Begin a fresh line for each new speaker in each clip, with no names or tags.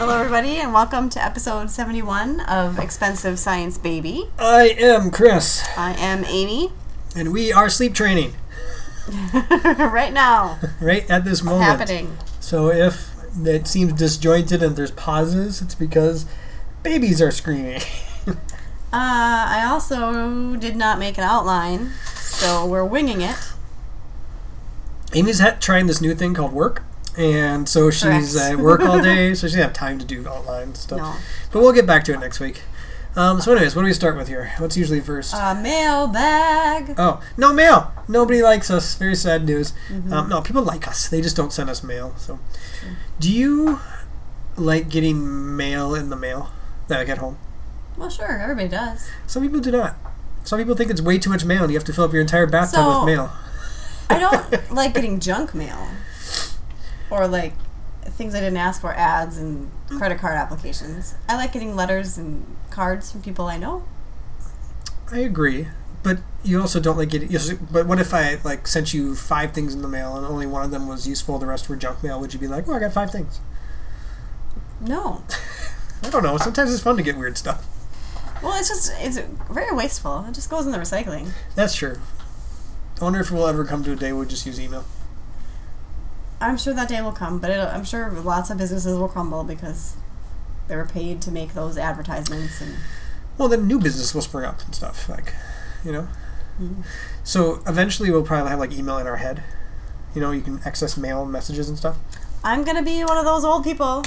everybody, and welcome to episode 71 of Expensive Science Baby.
I am Chris,
I am Amy.
and we are sleep training
right now,
right at this moment.
happening.
So if it seems disjointed and there's pauses, it's because babies are screaming.
Uh, I also did not make an outline, so we're winging it.
Amy's ha- trying this new thing called work, and so she's
Correct.
at work all day, so she doesn't have time to do outline stuff.
No.
But we'll get back to it next week. Um, so, anyways, what do we start with here? What's usually first?
Uh, mailbag.
Oh, no mail. Nobody likes us. Very sad news. Um, no, people like us. They just don't send us mail. So, do you like getting mail in the mail that I get home?
Well, sure, everybody does.
Some people do not. Some people think it's way too much mail, and you have to fill up your entire bathtub
So-
with mail.
I don't like getting junk mail or like things I didn't ask for, ads and credit card applications. I like getting letters and cards from people I know.
I agree, but you also don't like getting. you s- But what if I like sent you five things in the mail, and only one of them was useful, the rest were junk mail? Would you be like, "Oh, I got five things"?
No.
I don't know. Sometimes it's fun to get weird stuff.
Well, it's just, it's very wasteful. It just goes in the recycling.
That's true. I wonder if we'll ever come to a day where we just use email.
I'm sure that day will come, but it'll, I'm sure lots of businesses will crumble because they were paid to make those advertisements. And
well then new business will spring up and stuff like you know so eventually we'll probably have like email in our head you know you can access mail messages and stuff
I'm gonna be one of those old people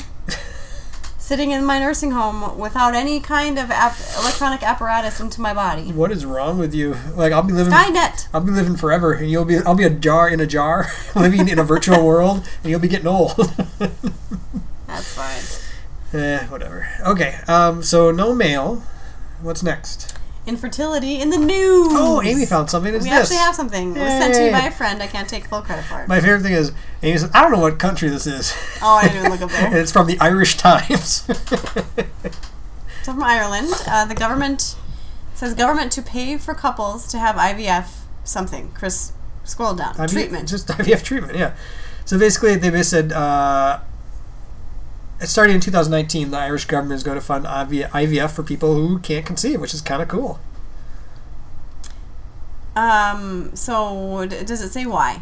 sitting in my nursing home without any kind of app- electronic apparatus into my body.
what is wrong with you like i'll be living
Skynet.
i'll be living forever and you'll be i'll be a jar in a jar living in a virtual world and you'll be getting old
That's fine.
eh, whatever okay um, so no mail what's next
Infertility in the news.
oh amy found something it's
We
this
actually have something. It was sent to me
Yay.
by a friend. I can't take full credit for it.
my favorite thing is amy says i don't know what country this is
Oh, I didn't even look up there.
and it's from the irish times
So from Ireland, uh, the government says government to pay for couples to have IVF something. Chris, scroll down.
IVF
Treatment.
Just IVF treatment, yeah. So basically, they just said, uh, starting in 2019, the Irish government is going to fund IV- IVF for people who can't conceive, which is kind of cool.
Um. So d- does it say why?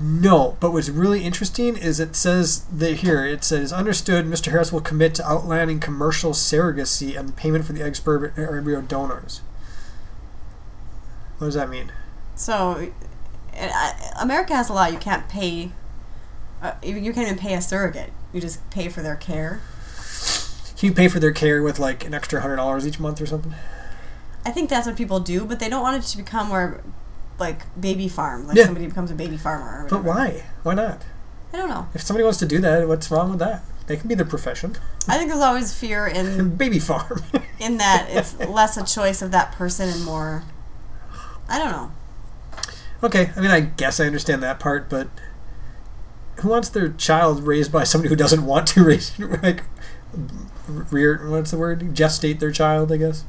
No, but what's really interesting is it says that here it says understood Mr. Harris will commit to outlining commercial surrogacy and payment for the egg sperm and embryo donors. What does that mean?
So, and I, America has a law. You can't pay. Uh, you you can't even pay a surrogate. You just pay for their care.
Can you pay for their care with like an extra hundred dollars each month or something?
I think that's what people do, but they don't want it to become where, like baby farm, like
Yeah.
somebody becomes a baby farmer. Or
But
whatever.
why? Why not?
I don't know.
If somebody wants to do that, what's wrong with that? They can be their profession.
I think there's always fear in
Baby farm.
in that it's less a choice of that person and more. I don't know.
okay, I mean, I guess I understand that part, but who wants their child raised by somebody who doesn't want to raise, like, rear, what's the word? Gestate their child, I guess.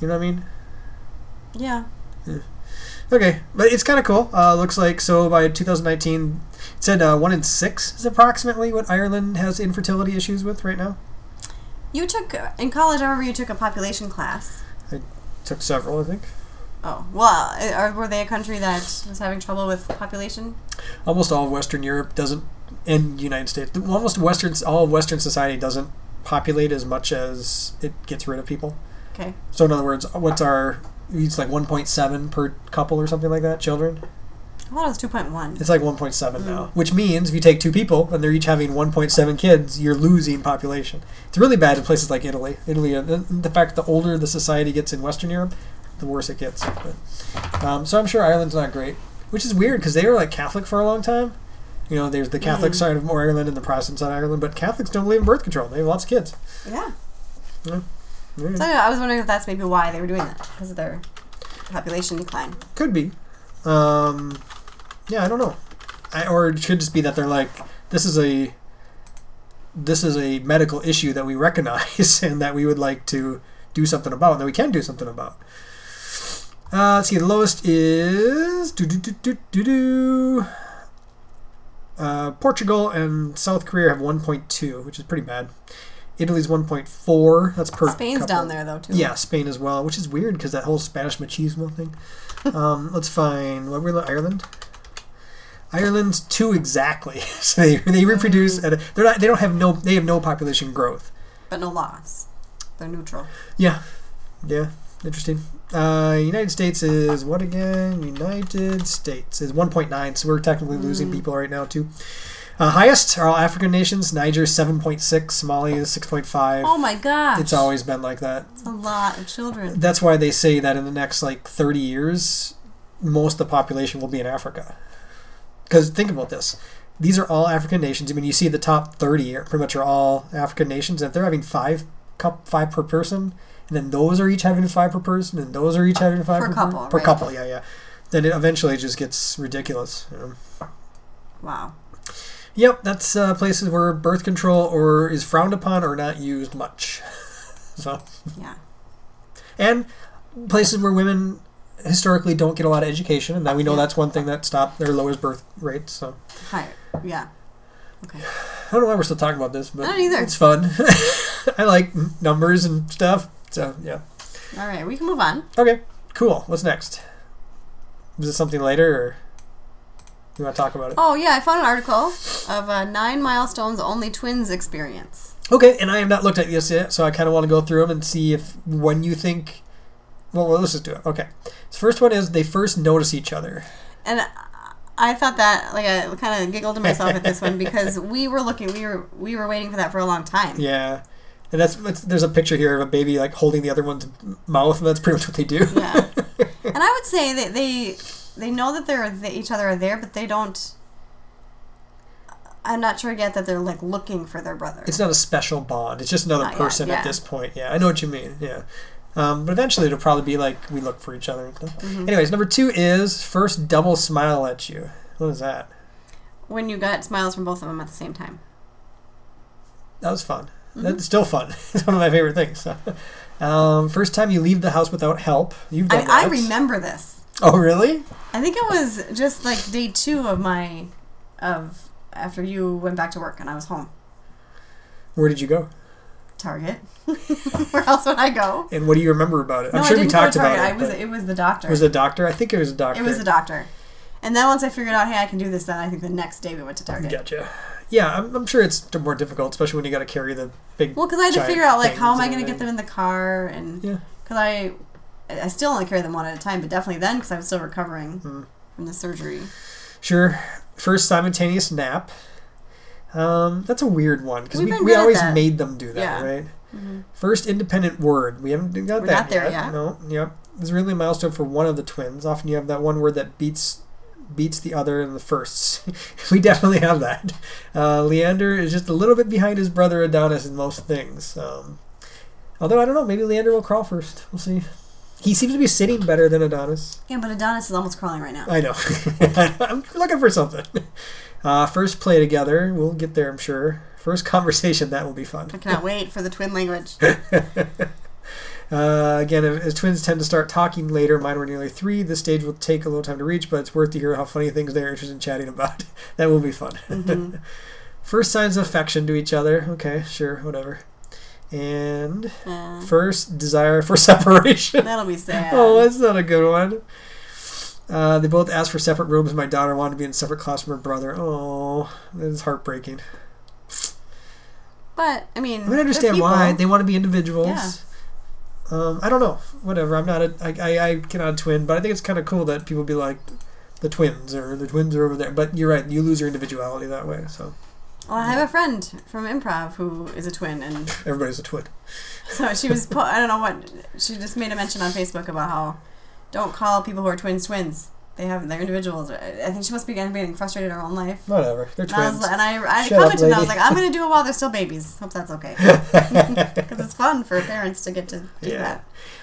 You know what I mean?
Yeah.
Okay, but it's kind of cool. Uh, looks like so by 2019, it said uh, one in six is approximately what Ireland has infertility issues with right now.
You took in college. I remember you took a population class.
Took several, I think.
Oh well, uh, or were they a country that was having trouble with population?
almost all of Western Europe doesn't, and United States, almost Western, all of Western society doesn't populate as much as it gets rid of people.
Okay.
So in other words, what's our? It's like 1.7 per couple or something like that. Children,
I thought it was two point one.
it's like 1.7 now, which means if you take two people and they're each having 1.7 kids, you're losing population. It's really bad in places like Italy. Italy, uh, the, the fact the older the society gets in Western Europe, the worse it gets. But, um, so I'm sure Ireland's not great, which is weird because they were like Catholic for a long time. You know, there's the Catholic side of Ireland and the Protestant side of Ireland, but Catholics don't believe in birth control. They have lots of kids.
Yeah.
Yeah. Yeah.
So anyway, I was wondering if that's maybe why they were doing that because of their population decline.
Could be. Um, yeah, I don't know. I, or it could just be that they're like, this is a this is a medical issue that we recognize and that we would like to do something about that we can do something about. Uh, let's see. The lowest is do do do do do do. Uh, Portugal and South Korea have 1.2, which is pretty bad. Italy's 1.4. That's per.
Spain's
couple.
down there though too.
Yeah, Spain as well, which is weird because that whole Spanish machismo thing. um, let's find what we lo- Ireland. Ireland's two exactly. so they, they reproduce at a, they're not they don't have no they have no population growth.
But no loss. They're neutral.
Yeah, yeah, interesting. Uh, United States is what again? United States is 1.9, so we're technically
Hmm.
losing people right now too. Uh, highest are all African nations. Niger 7.6, Somalia is 6.5.
Oh my gosh.
It's always been like that.
It's a lot of children.
That's why they say that in the next like 30 years, most of the population will be in Africa. Because think about this. These are all African nations. I mean, you see the top 30 are pretty much are all African nations. If they're having five cup five per person, and then those are each having five per person, and those are each having five
Per
per,
couple,
per
right.
couple, yeah, yeah. Then it eventually just gets ridiculous. You know?
Wow.
Yep, that's uh, places where birth control or is frowned upon or not used much. so.
Yeah.
and places where women historically don't get a lot of education, and that we know
Yeah.
that's one thing that stopped their lowers birth rates. So
Higher. Yeah. Okay.
I don't know why we're still talking about this, but
I don't either.
it's fun. I like n- numbers and stuff. So yeah,
All right. We can move on.
okay, cool. What's next? Is it something later, or you want to talk about it?
Oh yeah, I found an article of uh, nine milestones only twins experience.
Okay, and I have not looked at this yet, so I kind of want to go through them and see if when you think. Well, let's just do it. Okay. So first one is they first notice each other.
And I- I thought that like I kind of giggled to myself at this one because we were looking, we were we were waiting for that for a long time.
Yeah, and that's, that's there's a picture here of a baby like holding the other one's mouth, and that's pretty much what they do.
Yeah. and I would say that they they know that they're that each other are there, but they don't. I'm not sure yet that they're like looking for their brother.
It's not a special bond; it's just another
Not yet,
person
yeah.
at this point. Yeah, I know what you mean. Yeah, um, but eventually it'll probably be like we look for each other. And stuff.
Mm-hmm.
Anyways, number two is first double smile at you. What is that?
when you got smiles from both of them at the same time.
That was fun.
Mm-hmm.
That's still fun. it's one of my favorite things. Um, first time you leave the house without help. You've done
I, I
that.
remember this.
Oh, really?
I think it was just like day two of my of after you went back to work and I was home.
Where did you go?
Target. Where else would I go?
And what do you remember about it? I'm
no,
sure
I
we
didn't
talked
go to Target.
about it.
I was
but-
it was the doctor.
was it a doctor? I think it was a doctor.
it was the doctor. And then once I figured out, hey, I can do this, then I think the next day we went to Target.
Gotcha. Yeah, I'm, I'm sure it's more difficult, especially when you got to carry the big.
Well, because I had to
giant
figure out like how am
things
I
and
going to get them
everything.
in the car, and because
Yeah.
I, I still only carry them one at a time, but definitely then because I was still recovering
Hmm.
from the surgery.
Sure. First simultaneous nap. Um, that's a weird one because
We've
we,
been
we
good at
always
that.
made them do that,
Yeah. Mm-hmm.
right? First independent word. We haven't got
We're
that
not there
yet.
yet.
No. Yep. It's really a milestone for one of the twins. Often you have that one word that beats beats the other in the firsts. we definitely have that. Uh, Leander is just a little bit behind his brother Adonis in most things. Um, although I don't know, maybe Leander will crawl first. We'll see. He seems to be sitting better than Adonis.
Yeah, but Adonis is almost crawling right now.
I know. I'm looking for something. Uh, first play together. We'll get there, I'm sure. First conversation. That will be fun.
I cannot wait for the twin language.
Uh, again, as twins tend to start talking later, mine were nearly three. This stage will take a little time to reach, but it's worth to hear how funny things they're interested in chatting about. that will be fun. first signs of affection to each other. Okay, sure, whatever. And
Uh,
first desire for separation.
that'll be sad.
Oh, that's not a good one. Uh, they both asked for separate rooms. My daughter wanted to be in a separate class from her brother. Oh, that is heartbreaking.
but I mean,
I mean, I understand why they want to be individuals.
Yeah.
Um, I don't know. Whatever. I'm not a. I, I, I cannot twin, but I think it's kind of cool that people be like, the twins or the twins are over there. But you're right. You lose your individuality that way. So
Well, I have a friend from improv who is a twin, and
everybody's a twin.
so she was. Po- I don't know what she just made a mention on Facebook about how don't call people who are twins twins. They have they're individuals. I I think she must be getting getting frustrated in her own life.
Whatever. They're
And I,
twins.
was, and I, I
Shut up,
commented and I was
lady.
like, I'm going to do it while they're still babies. Hope that's okay. Because it's fun for parents to get to do
Yeah.
that.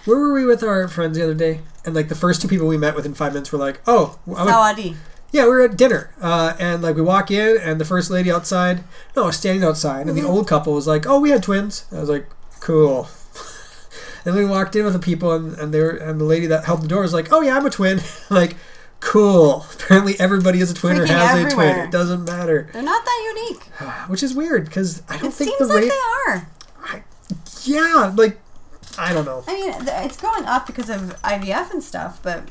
Where were we with our friends the other day? And like the first two people we met within five minutes were like, oh, I'm a
Sawadi.
Yeah, we were at dinner, uh, and like we walk in, and the first lady outside, no, standing outside,
Mm-hmm.
and the old couple was like, "Oh, we had twins." I was like, "Cool." and we walked in with the people, and, and they were, and the lady that held the door was like, "Oh yeah, I'm a twin." like, Cool. Apparently, everybody has a twin or
Freaking
has a twin.
everywhere.
It doesn't matter,
They're not that unique.
which is weird because I don't
It
think
seems
the
like
rate.
they are.
yeah, like I don't know.
I mean, th- it's going up because of IVF and stuff, but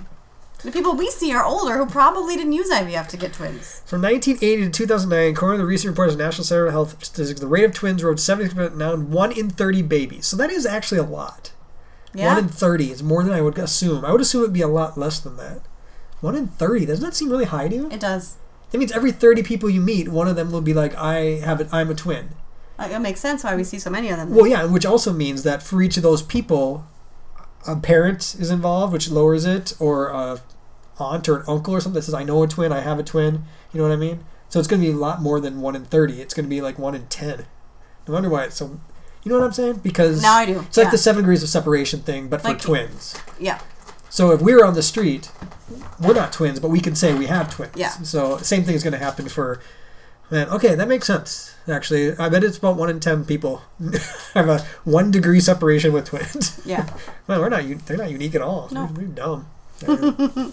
the people we see are older who probably didn't use IVF to get twins.
From 1980 to 2009, according to the recent reports of National Center of Health Statistics, the rate of twins rose 70% now in 1 in 30 babies. So that is actually a lot.
Yeah.
1 in 30 is more than I would assume. I would assume it would be a lot less than that. 1 in 30, doesn't that seem really high to you?
It does.
That means every 30 people you meet, one of them will be like, I have a, I'm a twin.
Like, it makes sense why we see so many of them.
Well, yeah, which also means that for each of those people, a parent is involved, which lowers it, or a aunt or an uncle or something that says, "I know a twin, I have a twin." You know what I mean? So it's going to be a lot more than one in thirty. It's going to be like one in ten. No wonder why it's so. You know what I'm saying? Because
Now I do,
It's like
yeah.
the seven degrees of separation thing, but for
Like-
twins.
yeah.
So if we're on the street, we're not twins, but we can say we have twins.
Yeah.
So same thing is going to happen for. Man, okay, that makes sense. Actually, I bet it's about one in ten people have a one degree separation with twins.
Yeah.
Man, we're not. u- They're not unique at all.
No.
We're, we're dumb. Anyway.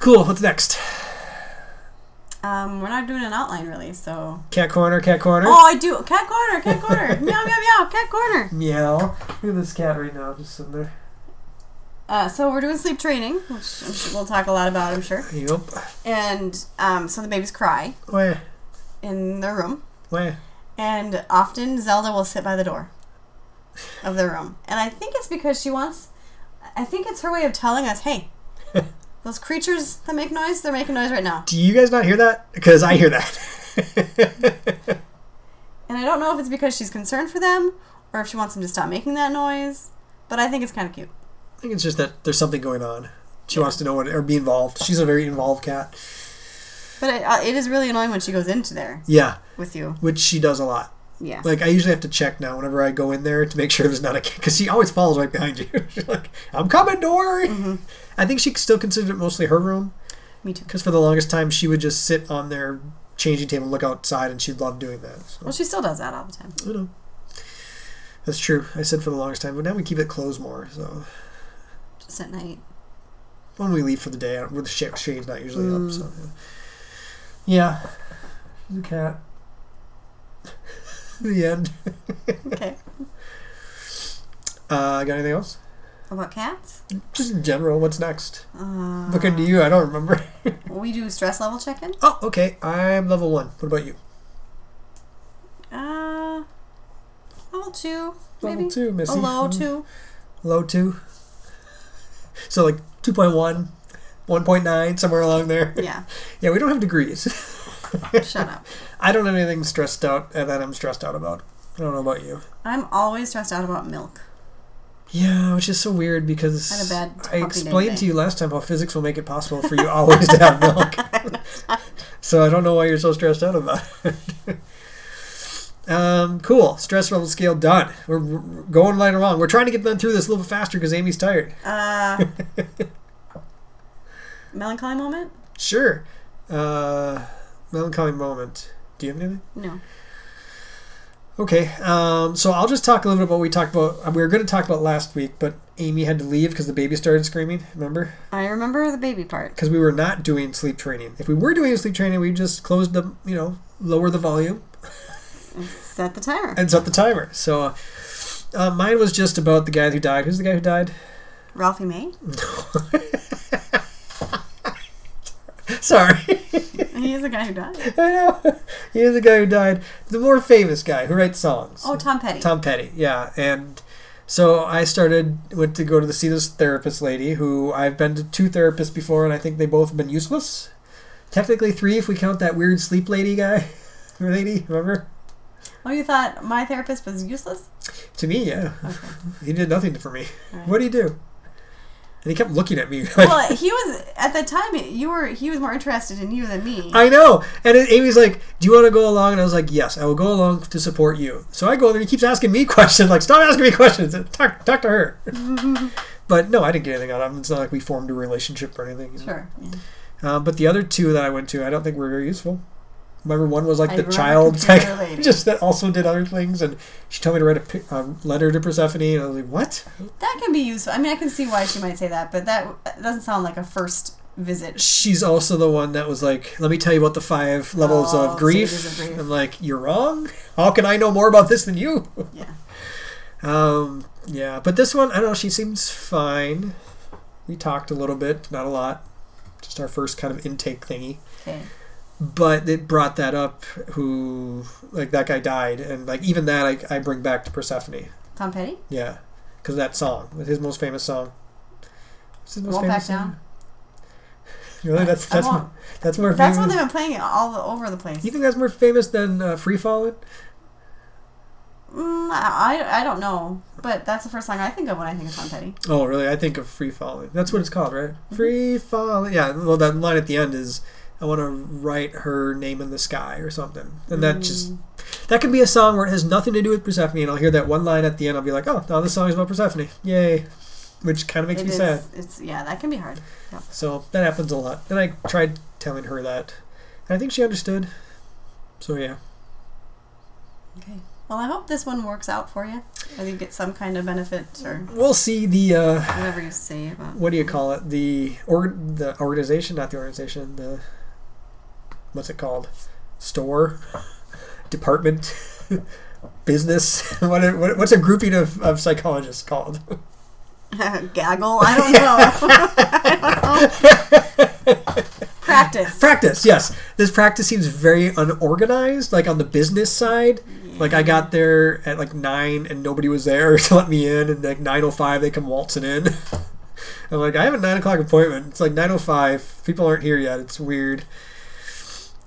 cool. What's next?
Um, we're not doing an outline really, so.
Cat corner. Cat corner.
Oh, I do. Cat corner, cat corner. meow, meow, meow, cat corner.
Meow. Look at this cat right now, just sitting there.
Uh, so we're doing sleep training, which I'm su- we'll talk a lot about, I'm sure.
Yep.
And um, so the babies cry
Wah,
in their room,
wah.
and often Zelda will sit by the door of their room, and I think it's because she wants. I think it's her way of telling us, "Hey, those creatures that make noise, they're making noise right now."
Do you guys not hear that? Because I hear that.
And I don't know if it's because she's concerned for them or if she wants them to stop making that noise, but I think it's kind of cute.
I think it's just that there's something going on. She wants to know what or be involved. She's a very involved cat.
But it, uh, it is really annoying when she goes into there
Yeah,
with you.
which she does a lot.
Yeah.
Like I usually have to check now whenever I go in there to make sure there's not a cat because she always follows right behind you. She's like, "I'm coming, don't worry." I think she still considered it mostly her room
Me too.
because for the longest time she would just sit on their changing table and look outside, and she loved doing that. So
Well, she still does that all the time.
you know, that's true. I said for the longest time, but now we keep it closed more. So
Just at night.
when we leave for the day, I- well, the sh- shade's not usually
Hmm.
up. So yeah, yeah. the cat. the end.
Okay.
Uh, got anything else?
About cats?
Just in general, what's next?
Uh,
Looking to you, I don't remember.
we do stress level check in.
oh, okay. I'm level one. What about you?
Uh, level two, maybe.
Level two, Missy.
Below
Hmm.
two.
Low two. So like 2.1, 1.9, somewhere along there.
Yeah.
Yeah, we don't have degrees.
Shut up.
I don't have anything stressed out uh, that I'm stressed out about. I don't know about you.
I'm always stressed out about milk.
Yeah, which is so weird because
Had a bad
I
puppy day
explained to
thing.
you last time how physics will make it possible for you always to have milk. so I don't know why you're so stressed out about it. um, cool. Stress level scale done. We're, we're going right along. We're trying to get done through this a little bit faster because Amy's tired.
Uh, melancholy moment?
Sure. Uh, melancholy moment. Do you have anything?
No.
Okay, um, so I'll just talk a little bit about what we talked about. uh, We were going to talk about last week, but Amy had to leave because the baby started screaming. Remember?
I remember the baby part.
because we were not doing sleep training. If we were doing sleep training, we just closed the, you know, lower the volume
Set the timer.
and set the timer. So uh, mine was just about the guy who died. Who's the guy who died?
Ralphie May?
Sorry,
He's the guy who died.
I know. He is the guy who died. The more famous guy who writes songs.
Oh, Tom Petty.
Tom Petty, yeah. And so I started went to go to the see this therapist lady who I've been to two therapists before, and I think they both have been useless. Technically three if we count that weird sleep lady guy, lady. Remember?
Oh, you thought my therapist was useless?
To me, yeah. He did nothing for me.
Right.
What do you do? And he kept looking at me. Like,
Well, he was at the time. You were he was more interested in you than me.
I know. And then Amy's like, "Do you want to go along?" And I was like, "Yes, I will go along to support you." So I go there. and He keeps asking me questions. Like, stop asking me questions. Talk, talk to her. but no, I didn't get anything out of him. It's not like we formed a relationship or anything. you know.
sure. Yeah.
Uh, but the other two that I went to, I don't think were very useful. Remember, one was like
I
the
remember
child
computer
psych-
lady.
just that also did other things, and she told me to write a, pi- a letter to Persephone, and I was like, "What?"
That can be useful. I mean, I can see why she might say that, but that that doesn't sound like a first visit.
She's also the one that was like, "Let me tell you about the five levels
Oh,
of grief."
stages of grief.
I'm like, "You're wrong. How can I know more about this than you?"
Yeah.
Um, yeah, but this one, I don't know. She seems fine. We talked a little bit, not a lot. Just our first kind of intake thingy.
Okay.
But it brought that up. Who like that guy died, and like even that I, I bring back to Persephone.
Tom Petty.
Yeah, because that song, his most famous song. Is his most
Won't
famous
back
song? Really, that's
I
that's
won't.
that's more
That's
famous.
when they've been playing it all over the place.
You think that's more famous than uh, Free Falling?
Mm, I, I don't know, but that's the first song I think of when I think of Tom Petty.
Oh, really? I think of Free Mm-hmm. Falling. That's what it's called, right? Free Falling. Yeah. Well, that line at the end is, "I want to write her name in the sky" or something, and that just that could be a song where it has nothing to do with Persephone, and I'll hear that one line at the end. I'll be like, "Oh, now this song is about Persephone." Yay! Which kind of makes
It
me
is-
sad.
It's yeah, that can be hard.
So that happens a lot. And I tried telling her that, and I think she understood. So yeah.
Okay. Well, I hope this one works out for you, or you get some kind of benefit or
We'll see the uh,
whatever you say about.
what do you call it? The or the organization, not the organization. The what's it called? Store, department, business. what, are- what what's a grouping of, of psychologists called?
Gaggle. I don't know. I don't know. Practice.
practice. Yes, this practice seems very unorganized. Like on the business side, like I got there at like nine and nobody was there to let me in, and like nine oh five they come waltzing in. I'm like, I have a nine o'clock appointment. It's like nine oh five. People aren't here yet. It's weird.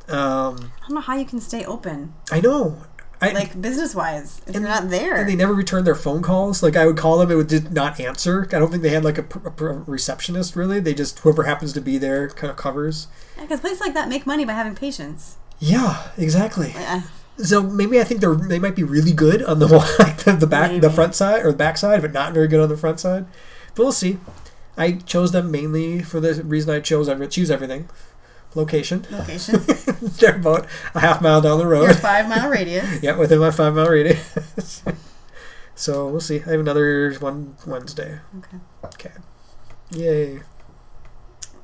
Um,
I don't know how you can stay open,
I know. I,
like business wise, if you're not there.
and they never returned their phone calls. Like I would call them, it would just not answer. I don't think they had like a, pr- a pr- a receptionist really. They just whoever happens to be there kind of covers.
Because places like that make money by having patience.
Yeah, exactly.
Yeah.
So maybe I think they're they might be really good on the one- like the, the back the
Maybe.
front side or the back side, but not very good on the front side. But we'll see. I chose them mainly for the reason I chose every choose everything. Location.
Location.
they're about a half mile down the
Your
road.
five mile radius.
yeah, within my five mile radius. so we'll see. I have another one Wednesday.
Okay.
Okay. Yay.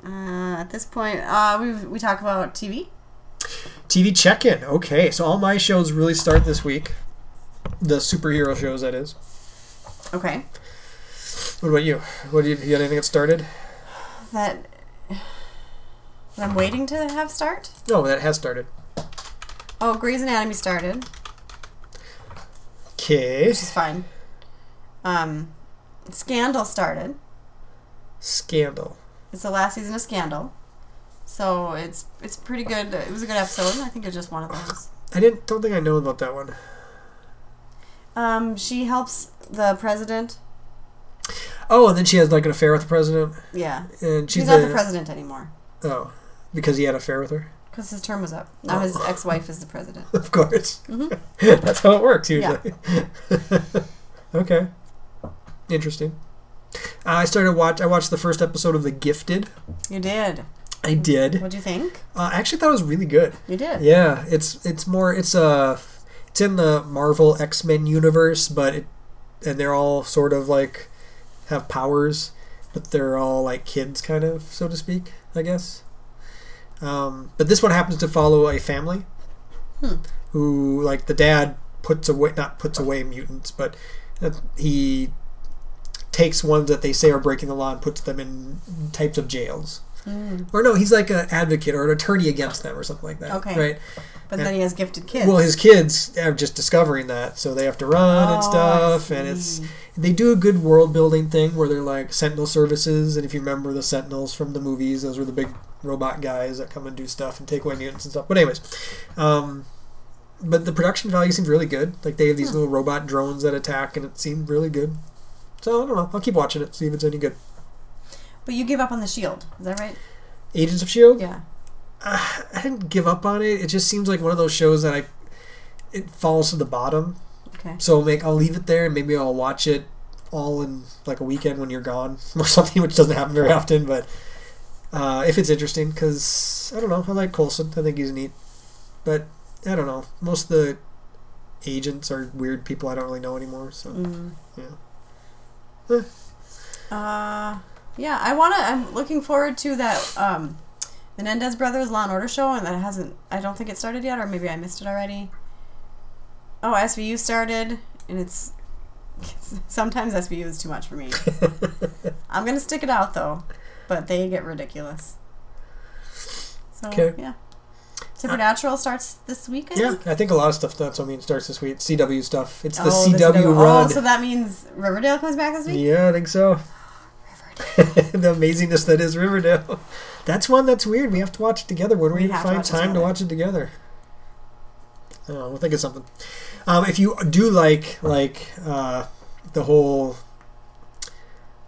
Uh, at this point, uh, we we talk about TV.
TV check in. Okay, so all my shows really start this week. The superhero shows that is.
Okay.
What about you? What do you, you got anything that started?
That. That I'm waiting to have start.
No, that has started.
Oh, Grey's Anatomy started,
Okay.
which is fine. Um, Scandal started.
Scandal.
It's the last season of Scandal, so it's it's pretty good. It was a good episode. I think it's just one of those.
I didn't. Don't think I know about that one.
Um, she helps the president.
Oh, and then she has like an affair with the president,
Yeah,
and she's,
she's not
the-
the president anymore
Oh, because he had an affair with her.
because his term was up. Now his
Oh.
ex-wife is the president. Mm-hmm.
Of course. That's how it works usually. okay. Interesting. I started watch. I watched the first episode of The Gifted.
You did.
I did.
What'd you think?
Uh, I actually thought it was really good.
You did.
Yeah, it's it's more it's uh it's in the Marvel X Men universe, but it and they're all sort of like have powers, but they're all like kids, kind of so to speak, I guess. Um, but this one happens to follow a family who like the dad puts away not puts away mutants, but that he takes ones that they say are breaking the law and puts them in types of jails. Or no, he's like an advocate or an attorney against them or something like that.
Okay.
Right.
But then he has gifted kids.
Well, his kids are just discovering that, so they have to run
Oh, I
and stuff. And it's
see.
they do a good world building thing where they're like Sentinel services, and if you remember the Sentinels from the movies, those were the big robot guys that come and do stuff and take away mutants and stuff. But anyways, um, but the production value seems really good. Like they have these little robot drones that attack, and it seemed really good. So I don't know. I'll keep watching it, see if it's any good.
but you gave up on the shield. Is that right?
Agents of Shield.
Yeah.
Ah, I didn't give up on it. It just seems like one of those shows that I it falls to the bottom.
Okay.
So make I'll leave it there and maybe I'll watch it all in like a weekend when you're gone or something, which doesn't happen very often. But uh, if it's interesting, because I don't know, I like Colson. I think he's neat, but I don't know. Most of the agents are weird people I don't really know anymore. So
Mm.
Yeah.
Uh, Yeah, I wanna. I'm looking forward to that. Um, the Mendez Brothers Law and Order show, and that hasn't. I don't think it started yet, or maybe I missed it already. Oh, SVU started, and it's sometimes SVU is too much for me. I'm gonna stick it out though, but they get ridiculous. So
'Kay.
yeah, Supernatural starts this week. I
Yeah,
think?
I think a lot of stuff that's what I mean starts this week. CW stuff. It's the
Oh,
CW,
Oh,
run.
so that means Riverdale comes back this week.
yeah, I think so. the amazingness that is Riverdale. That's one that's weird. We have to watch it together. Where do we,
We have to
find
watch it
time to
together.
watch it together? I don't know. We'll think of something. Um, if you do like like uh, the whole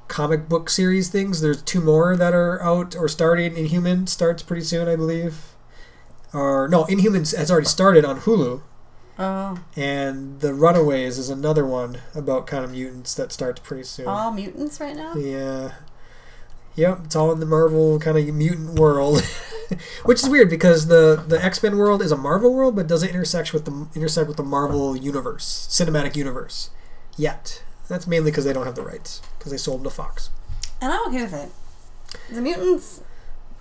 comic book series things, there's two more that are out or starting. Inhuman starts pretty soon, I believe. Or no, Inhumans has already started on Hulu.
Oh,
And The Runaways is another one about kind of mutants that starts pretty soon.
all mutants right now.
Yeah. uh, Yep, it's all in the Marvel kind of mutant world, which is weird because the the X Men world is a Marvel world, but doesn't intersect with the intersect with the Marvel universe, cinematic universe, yet. That's mainly because they don't have the rights because they sold them to Fox.
And I'm okay with it. The mutants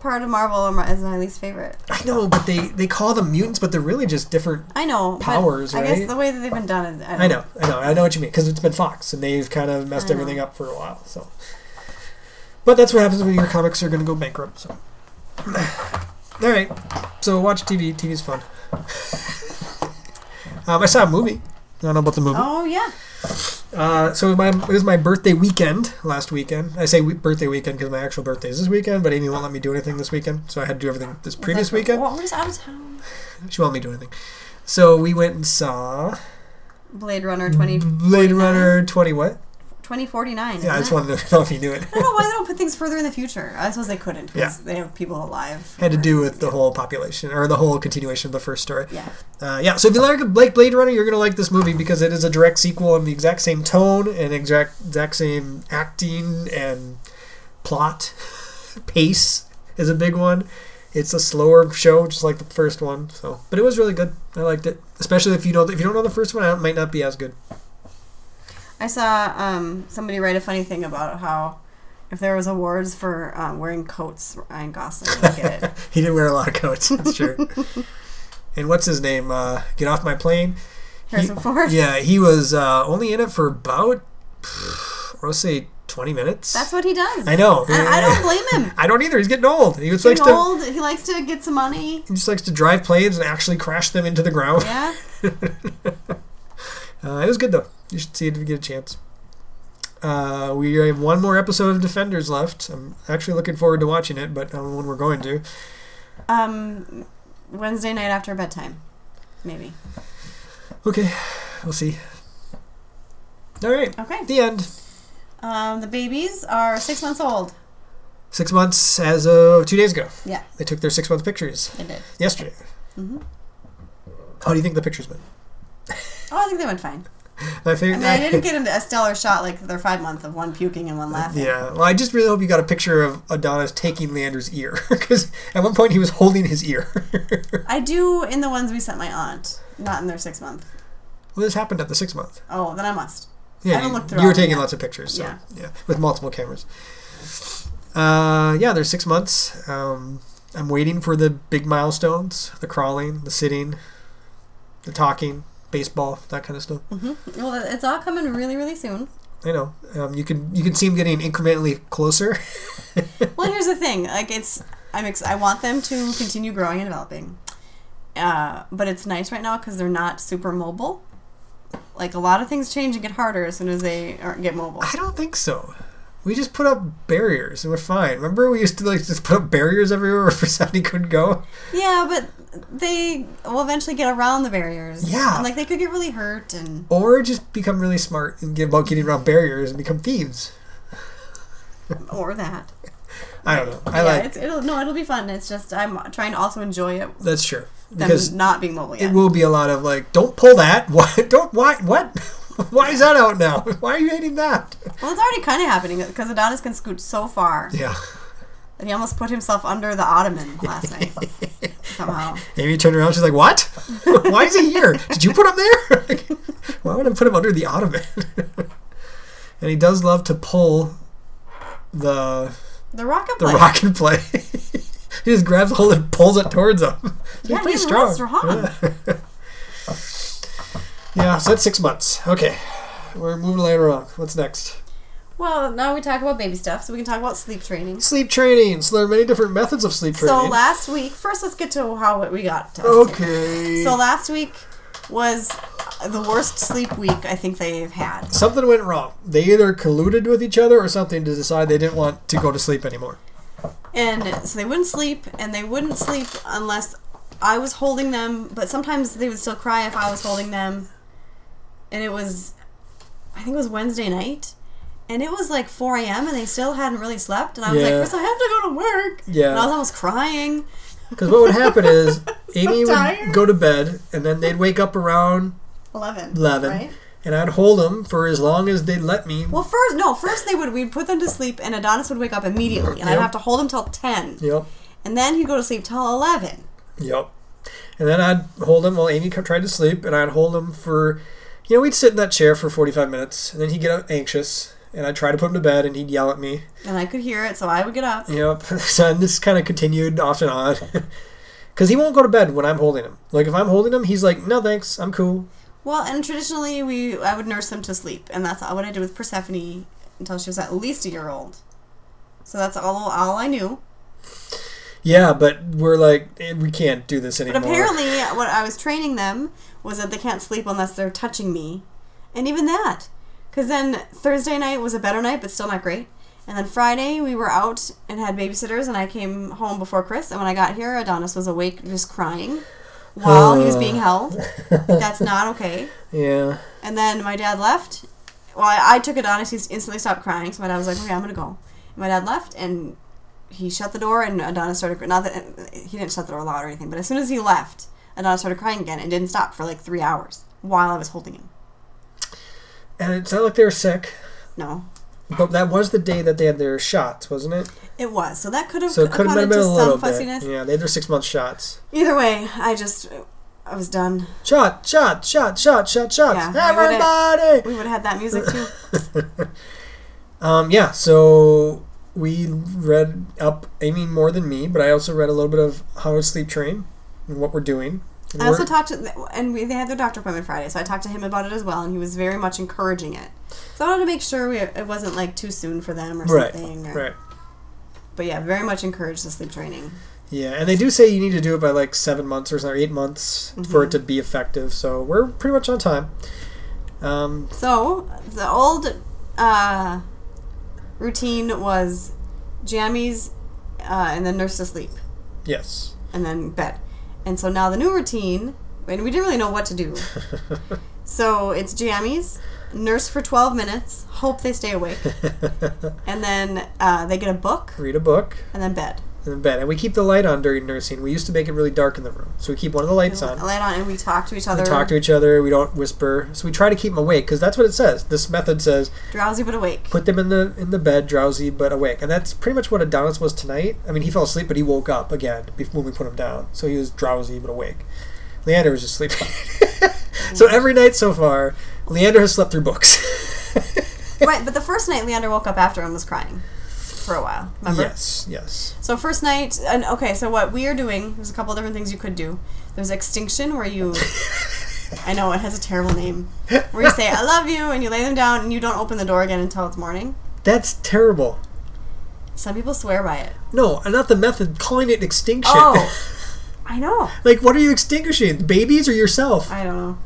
part of Marvel are my- is my least favorite.
I know, but they they call them mutants, but they're really just different.
I know. but
Powers,
I
right?
guess the way that they've been done is. I, don't
I know, I know, I know what you mean because it's been Fox and they've kind of messed
I know.
everything up for a while. So, but that's what happens when your comics are going to go bankrupt. So, all right, so watch TV. TV's fun. um, I saw a movie. I don't know about the movie.
Oh yeah.
Uh, so my, it was my birthday weekend last weekend. I say we, birthday weekend because my actual birthday is this weekend, but Amy won't let me do anything this weekend, so I had to do everything this previous
Like,
weekend.
What was out of town?
She won't let me do anything. So we went and saw
Blade Runner 20,
Blade Runner 20 what?
2049.
Yeah, I
isn't
just
it?
wanted to know if you knew it.
I don't know why they don't put things further in the future. I suppose they couldn't because they have people alive.
had to do with the whole population or the whole continuation of the first story.
Yeah.
Uh, yeah, so if you like like Blade Runner, you're gonna like this movie because it is a direct sequel and the exact same tone and exact exact same acting and plot. Pace is a big one. It's a slower show, just like the first one. So, but it was really good. I liked it, especially if you know if you don't know the first one, it might not be as good.
I saw um, somebody write a funny thing about how if there was awards for um, wearing coats, Ryan Gosling would get it.
He didn't wear a lot of coats. That's true. and what's his name? Uh, Get off my plane.
Harrison Ford.
Yeah, he was uh, only in it for about, I want to say, 20 minutes.
That's what he does.
I know.
And I don't blame him.
I don't either. He's getting old. He just
He's
likes to
old. He likes to get some money.
he just likes to drive planes and actually crash them into the ground.
Yeah.
Uh, it was good though. You should see it if you get a chance. Uh, we have one more episode of Defenders left. I'm actually looking forward to watching it, but I don't know when we're going to.
Um, Wednesday night after bedtime, maybe.
Okay, we'll see. All right,
Okay.
the end.
Um, the babies are six months old.
Six months as of two days ago.
Yeah,
They took their six month pictures
they did.
yesterday.
Mhm.
How do you think the pictures went?
Oh, I think they went fine.
My
I
favorite.
mean, I didn't get into a stellar shot like their five month of one puking and one laughing.
Yeah. Well, I just really hope you got a picture of Adonis taking Leander's ear because at one point he was holding his ear. well,
I do in the ones we sent my aunt, not in their six month.
this happened at the six month.
Oh, then I must.
Yeah.
haven't
you-
looked through
you,
all
were
of
taking
them.
lots of pictures. So, yeah.
Yeah.
With multiple cameras. Uh, yeah. There's six months. Um, I'm waiting for the big milestones: the crawling, the sitting, the talking, baseball, that kind of stuff. Mm-hmm.
Well, it's all coming really, really soon.
I know. Um, you can you can see him getting incrementally closer.
Well, here's the thing. Like, it's I'm ex- I want them to continue growing and developing, uh, but it's nice right now because they're not super mobile. Like a lot of things change and get harder as soon as they are get mobile.
I don't think so. We just put up barriers and we're fine. Remember we used to like just put up barriers everywhere where Persephone couldn't go?
Yeah, but they will eventually get around the barriers.
Yeah.
And, like they could get really hurt and
Or just become really smart and get about getting around barriers and become thieves.
or that.
I don't know. I
yeah,
like
it's, it'll no, it'll be fun. It's just I'm trying to also enjoy it
that's true.
them
Because
not being mobile
it
yet.
will be a lot of like, don't pull that. What don't why what? Why is that out now? Why are you hating that?
well, it's already kind of happening because Adonis can scoot so far
Yeah.
that he almost put himself under the ottoman last night somehow.
Amy turned around. She's like, "What? Why is he here? Did you put him there? Like, Why would I put him under the ottoman?" and he does love to pull the
The rocket
the
blade.
rocket play. he just grabs hold and pulls it towards him. So
Yeah,
he's pretty
he's
strong.
real strong.
Yeah. Yeah, so that's six months. Okay, we're moving later on. What's next?
Well, now we talk about baby stuff, so we can talk about sleep training.
Sleep training. So there are many different methods of sleep training.
So last week, first let's get to how what we got. To
okay.
So last week was the worst sleep week I think they've had.
something went wrong. They either colluded with each other or something to decide they didn't want to go to sleep anymore.
And so they wouldn't sleep, and they wouldn't sleep unless I was holding them, but sometimes they would still cry if I was holding them. And it was, I think it was Wednesday night, and it was like 4 a.m., and they still hadn't really slept. And I was like,
Yeah.
Chris, I have to go to work.
Yeah.
And I was almost crying.
Because what would happen is Amy would
tired.
go to bed and then they'd wake up around
11.
11.
Right?
And I'd hold them for as long as they'd let me.
Well, first, no, first they would, we'd put them to sleep, and Adonis would wake up immediately, and I'd
Yep.
have to hold him till 10.
Yep.
And then he'd go to sleep till 11.
Yep. And then I'd hold him while Amy co- tried to sleep, and I'd hold him for, you know, we'd sit in that chair for 45 minutes, and then he'd get anxious, and I'd try to put him to bed, and he'd yell at me.
And I could hear it, so I would get up.
Yep. So this kind of continued off and on. Because he won't go to bed when I'm holding him. Like, if I'm holding him, he's like, no thanks, I'm cool.
Well, and traditionally we I would nurse them to sleep, and that's what I did with Persephone until she was at least a year old. So that's all all I knew.
Yeah, but we're like, eh, we can't do this
But
anymore.
apparently, what I was training them was that they can't sleep unless they're touching me, and even that, because then Thursday night was a better night, but still not great. And then Friday we were out and had babysitters, and I came home before Chris. And when I got here, Adonis was awake, just crying, while he was being held. That's not okay.
yeah.
And then my dad left. Well, I, I took it honest. He instantly stopped crying. So my dad was like, okay, I'm going to go. And my dad left and he shut the door and Adonis started, not that he didn't shut the door loud or anything, but as soon as he left, Adonis started crying again and didn't stop for like three hours while I was holding him.
And it's not like they were sick,
No,
but that was the day that they had their shots, wasn't it?
it was. So that could have
So it could
gone
have
into
been a little
some
bit.
fussiness.
Yeah, they had their six month shots.
Either way, I just, I was done.
Shot, shot, shot, shot, shot, shot.
Yeah, we would've-
Everybody!
We would have had that music too.
Um, yeah, so we read up, I mean, more than me, but I also read a little bit of how to sleep train and what we're doing. And
I also
we're-
talked to, and we, they had their doctor appointment Friday, so I talked to him about it as well, and he was very much encouraging it. So I wanted to make sure we, it wasn't like too soon for them or
Right,
something. or-
right.
But yeah, very much encouraged the sleep training.
Yeah, and they do say you need to do it by like seven months or something, or eight months for
Mm-hmm.
it to be effective. So we're pretty much on time. Um,
So the old uh, routine was jammies uh, and then nurse to sleep
yes.
and then bed. And so now the new routine, and we didn't really know what to do. so it's jammies, nurse for 12 minutes, hope they stay awake, and then uh, they get a book
Read a book
and then bed.
in bed, and we keep the light on during nursing. We used to make it really dark in the room, so we keep one of the lights on.
Light on, and we talk to each other.
Um, We talk to each other. We don't whisper, so we try to keep them awake because that's what it says. This method says
drowsy but awake.
put them in the in the bed, drowsy but awake, and that's pretty much what Adonis was tonight. I mean, he fell asleep, but he woke up again bef- when we put him down, so he was drowsy but awake. Leander was just sleeping. so every night so far, Leander has slept through books.
right, but the first night Leander woke up after and was crying for a while. Remember?
yes, yes,
So first night, and okay, so what we are doing? There's a couple different things you could do. There's extinction where you, I know it has a terrible name, where you say I love you and you lay them down and you don't open the door again until it's morning.
that's terrible.
Some people swear by it.
No, not the method. Calling it extinction.
Oh, I know.
like what are you extinguishing? Babies or yourself?
I don't know.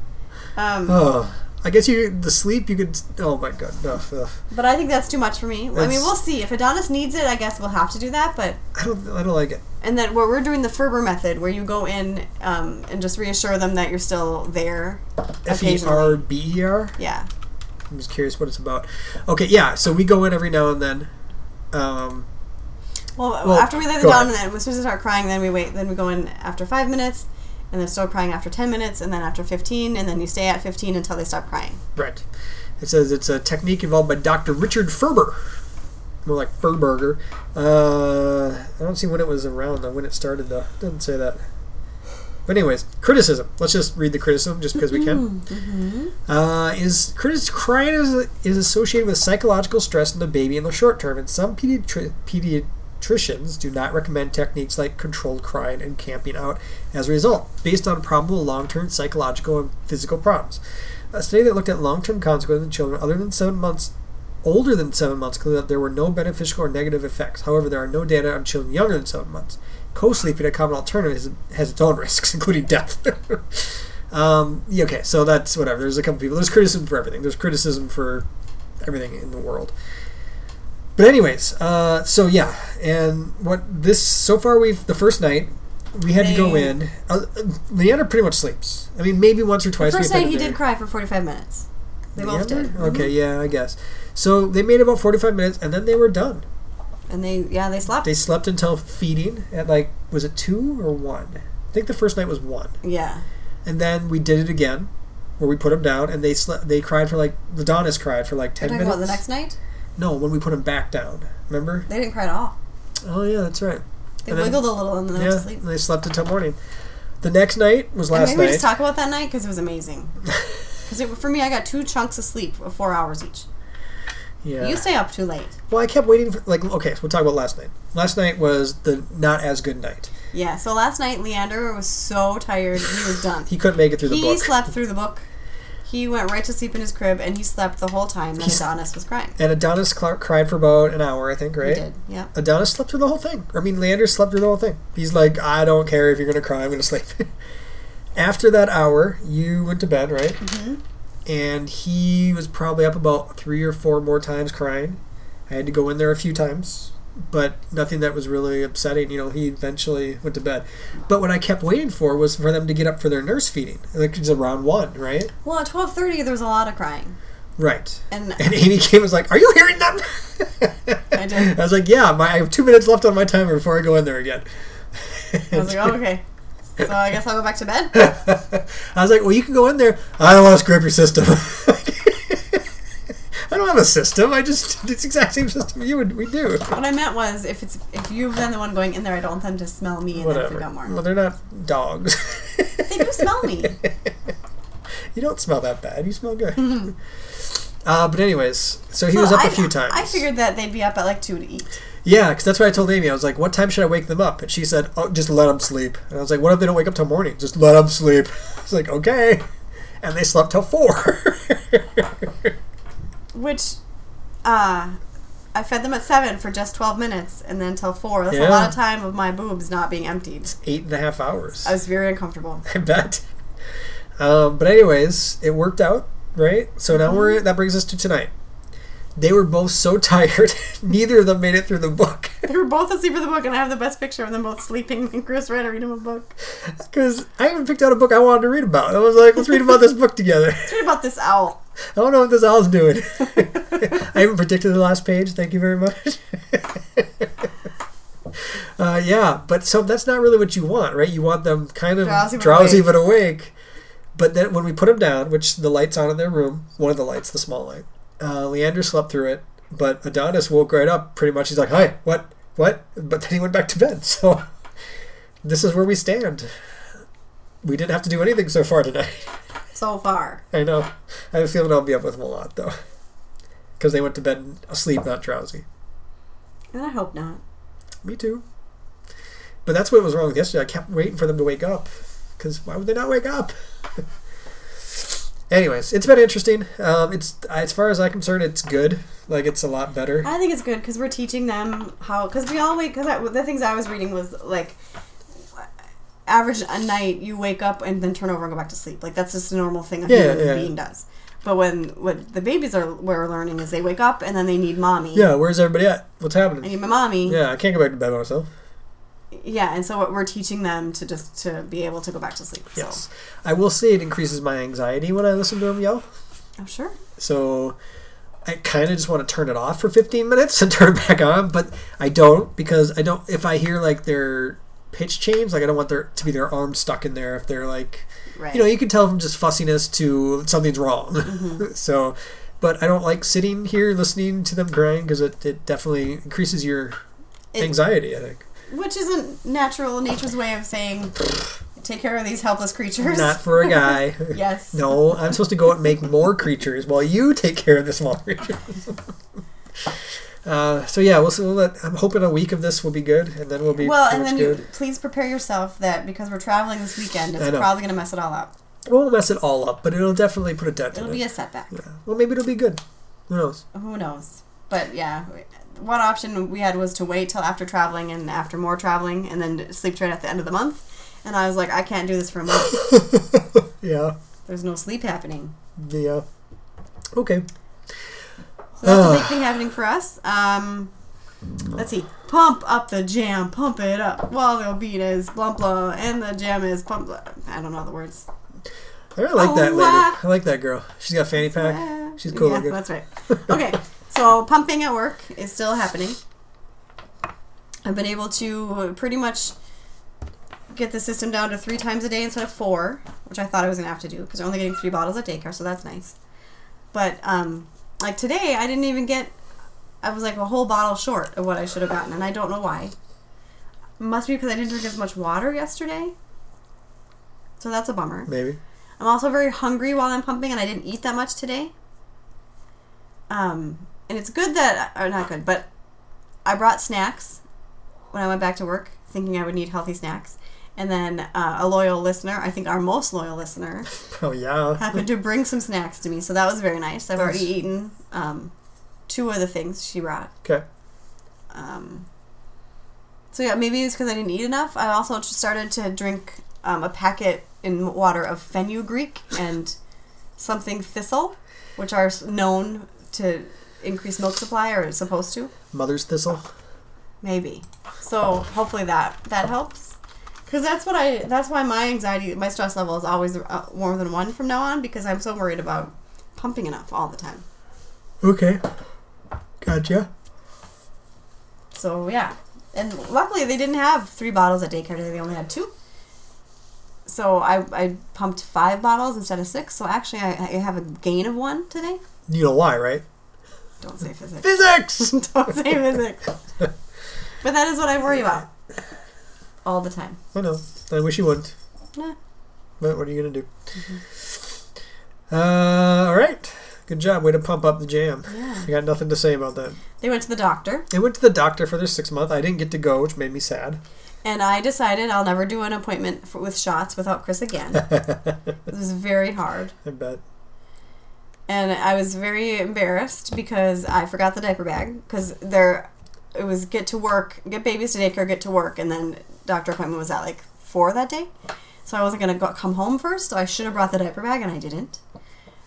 Um,
Oh, I guess you the sleep you could. Oh my god, no, ugh.
but I think that's too much for me. I mean,
That's-
we'll see. If Adonis needs it, I guess we'll have to do that. But
I don't, I don't like it.
And then where we're doing the Ferber method, where you go in um, and just reassure them that you're still there.
F e
Occasionally.
r b e r.
Yeah.
I'm just curious what it's about. Okay, yeah. So we go in every now and then. Um,
Well,
Well,
after we lay them
go
down,
ahead.
and then as soon as they start crying, then we wait. Then we go in after five minutes, and they're still crying after ten minutes, and then after fifteen, and then you stay at fifteen until they stop crying.
right. It says it's a technique involved by Dr. Richard Ferber. More like Ferberger. Uh, I don't see when it was around though. When it started though. Doesn't say that. But anyways, criticism. Let's just read the criticism just because we can. Uh, is critis- crying is, is associated with psychological stress in the baby in the short term, and some pediatri- pediatricians do not recommend techniques like controlled crying and camping out as a result, based on probable long-term psychological and physical problems. A study that looked at long-term consequences in children other than seven months older than seven months concluded that there were no beneficial or negative effects. However, there are no data on children younger than seven months. Co-sleeping, a common alternative, has, has its own risks, including death. um, yeah, okay, so that's whatever. There's a couple people. There's criticism for everything. There's criticism for everything in the world. But anyways, uh, so yeah, and what this so far we've the first night we had to go
They-
in. Uh, uh, Leander pretty much sleeps. I mean, maybe once or twice.
First
we've been
night he
in there.
did cry Mm-hmm. for 45 minutes. They
The
both
other?
did.
Okay, yeah, I guess. So they made about 45 minutes and then they were done.
And they, yeah, they slept.
They slept until feeding at like, was it two or one? I think the first night was one.
yeah.
And then we did it again where we put them down and they slept, they cried for like, the Donis cried for like
We're
10
talking
minutes.
about the next night?
No, when we put them back down. Remember?
They didn't cry at all.
Oh, yeah, that's right.
They
And then-
wiggled a little and then they
yeah,
went to sleep.
and they slept until morning. The next night was
And
last
maybe we
night.
just talk about that night because it was amazing. Because for me, I got two chunks of sleep of four hours each.
yeah.
You stay up too late.
well, I kept waiting for, like, okay, so we'll talk about last night. Last night was the not as good night.
Yeah, so last night Leander was so tired, he was done.
He couldn't make it through the
he
book.
slept through the book. He went right to sleep in his crib and he slept the whole time that
He's-
Adonis was crying.
And Adonis Clark cried for about an hour, I think, right?
He did, yeah.
Adonis slept through the whole thing. I mean, Leander slept through the whole thing. He's like, I don't care if you're going to cry, I'm going to sleep. After that hour, you went to bed, right? Mm-hmm. And he was probably up about three or four more times crying. I had to go in there a few times, but nothing that was really upsetting. You know, he eventually went to bed. But what I kept waiting for was for them to get up for their nurse feeding, like it's around one, right?
Well, at 12.30 there was a lot of crying.
Right.
And
And Amy came and was like, "Are you hearing that?"
I did.
I was like, "Yeah, my, I have two minutes left on my timer before I go in there again."
I was like, oh, okay. So I guess I'll go back to bed.
I was like, "Well, you can go in there. I don't want to screw up your system. I don't have a system. I just it's the exact same system you would we do.
What I meant was, if it's if you've been the one going in there, I don't want them to smell me and then
Whatever.
freak out more.
Well, they're not dogs.
They do smell me.
you don't smell that bad. You smell good." Uh, but anyways, so he was up
a
a few times.
Mm-hmm. I figured that they'd be up at like 2 to eat.
Yeah, because that's what I told Amy. I was like, "What time should I wake them up?" And she said, "Oh, just let them sleep." And I was like, "What if they don't wake up till morning? Just let them sleep." It's like, "Okay," and they slept till four.
Which, uh, I fed them at 7 for just 12 minutes and then till 4. That's
Yeah.
a lot of time of my boobs not being emptied.
Eight and a half hours.
I was very uncomfortable.
I bet. Um, but anyways, it worked out, right? So now we're that brings us to tonight. They were both so tired. Neither of them made it through the book
They were both asleep for the book, and I have the best picture of them both sleeping. And Chris read, I read him a book.
because I even picked out a book I wanted to read about. I was like, "Let's read about this book together."
Let's read about this owl.
I don't know what this owl's doing. I even predicted the last page. Thank you very much. uh, yeah, but so that's not really what you want, right? You want them kind of
Drowsy
drowsy,
but
but,
awake.
awake. But then when we put them down, which the light's on in their room, one of the lights, the small light, uh, Leander slept through it, but Adonis woke right up pretty much. He's like, hi, what, what? But then he went back to bed. So this is where we stand. We didn't have to do anything so far tonight.
So far,
I know. I have a feeling I'll be up with them a lot, though. Because they went to bed asleep, not drowsy.
and I hope not.
Me too. But that's what was wrong with yesterday. I kept waiting for them to wake up. Because why would they not wake up? Anyways, it's been interesting. Um, it's as far as I'm concerned, it's good. Like it's a lot better.
I think it's good because we're teaching them how. Because we all wake. Because the things I was reading was like, average a night you wake up and then turn over and go back to sleep. Like that's just a normal thing a
Yeah,
human
yeah.
being does. But when what the babies are we're learning is they wake up and then they need mommy.
Yeah, where's everybody at? What's
I
happening?
need my mommy.
Yeah, I can't go back to bed by myself.
Yeah, and so what we're teaching them to just to be able to go back to sleep.
Yes, I will say it increases my anxiety when I listen to them yell.
So I'm sure.
So I kind of just want to turn it off for 15 minutes and turn it back on, but I don't because I don't. If I hear like their pitch change, like I don't want their to be their arm stuck in there if they're like,
Right.
you know, you can tell from just fussiness to something's wrong.
Mm-hmm.
so, but I don't like sitting here listening to them crying because it, it definitely increases your
It-
anxiety. I think.
Which isn't natural nature's way of saying Take care of these helpless creatures.
Not for a guy.
yes.
No, I'm supposed to go out and make more creatures while you take care of the small creatures. uh, so yeah, we'll, so we'll let, I'm hoping a week of this will be good, and then we'll be
Well,
pretty
and
much
then you,
good.
please prepare yourself that because we're traveling this weekend,
I
it's
know.
probably going to mess it all up.
Won't mess it all up, but it'll definitely put a dent
It'll
in
be
it.
a setback.
yeah. Well, maybe it'll be good. Who knows?
Who knows? But yeah, one option we had was to wait till after traveling and after more traveling and then sleep train at the end of the month. And I was like, I can't do this for a month.
Yeah.
There's no sleep happening.
Yeah. Okay.
So that's a big thing happening for us. Um, let's see. Pump up the jam, pump it up. While the beat is blump blah, and the jam is pump. Blah. I don't know the words.
I really like that
Oh,
lady.
wow.
I like that girl. She's got a fanny pack.
Ah,
She's cool
Yeah,
looking.
that's right. Okay, so pumping at work is still happening. I've been able to pretty much get the system down to three times a day instead of four, which I thought I was gonna have to do because we're only getting three bottles at daycare, so that's nice. But um, like today, I didn't even get. I was like a whole bottle short of what I should have gotten, and I don't know why. Must be because I didn't drink as much water yesterday. So that's a bummer.
Maybe.
I'm also very hungry while I'm pumping, and I didn't eat that much today. Um, and it's good that, or not good, but I brought snacks when I went back to work, thinking I would need healthy snacks. And then uh, a loyal listener, I think our most loyal listener,
Oh yeah.
happened to bring some snacks to me, so that was very nice. I've already
Nice.
eaten um, two of the things she brought.
Okay.
Um, so yeah, maybe it's because I didn't eat enough. I also just started to drink um, a packet in water of fenugreek and something thistle, which are s- known to increase milk supply or is supposed to.
Mother's thistle.
Maybe. So hopefully that that helps. Because that's what I. That's why my anxiety, my stress level is always uh, more than one from now on because I'm so worried about pumping enough all the time.
Okay. Gotcha.
So yeah, and luckily they didn't have three bottles at daycare today. They only had two. So I, I pumped five bottles instead of six. So actually I, I have a gain of one today.
You know why, right?
Don't say physics.
Physics.
Don't say physics. But that is what I worry about all the time.
I know. I wish you wouldn't.
Nah.
But what are you gonna do? Uh, all right. Good job. Way to pump up the jam.
Yeah.
I got nothing to say about that.
They went to the doctor,
I went to the doctor for their six month. I didn't get to go, which made me sad.
and I decided I'll never do an appointment for, with shots without Chris again. it was very hard.
I bet.
and I was very embarrassed because I forgot the diaper bag because there it was get to work, get babies to daycare, get to work, and then doctor appointment was at like four that day, so I wasn't gonna go, come home first. So I should have brought the diaper bag and I didn't.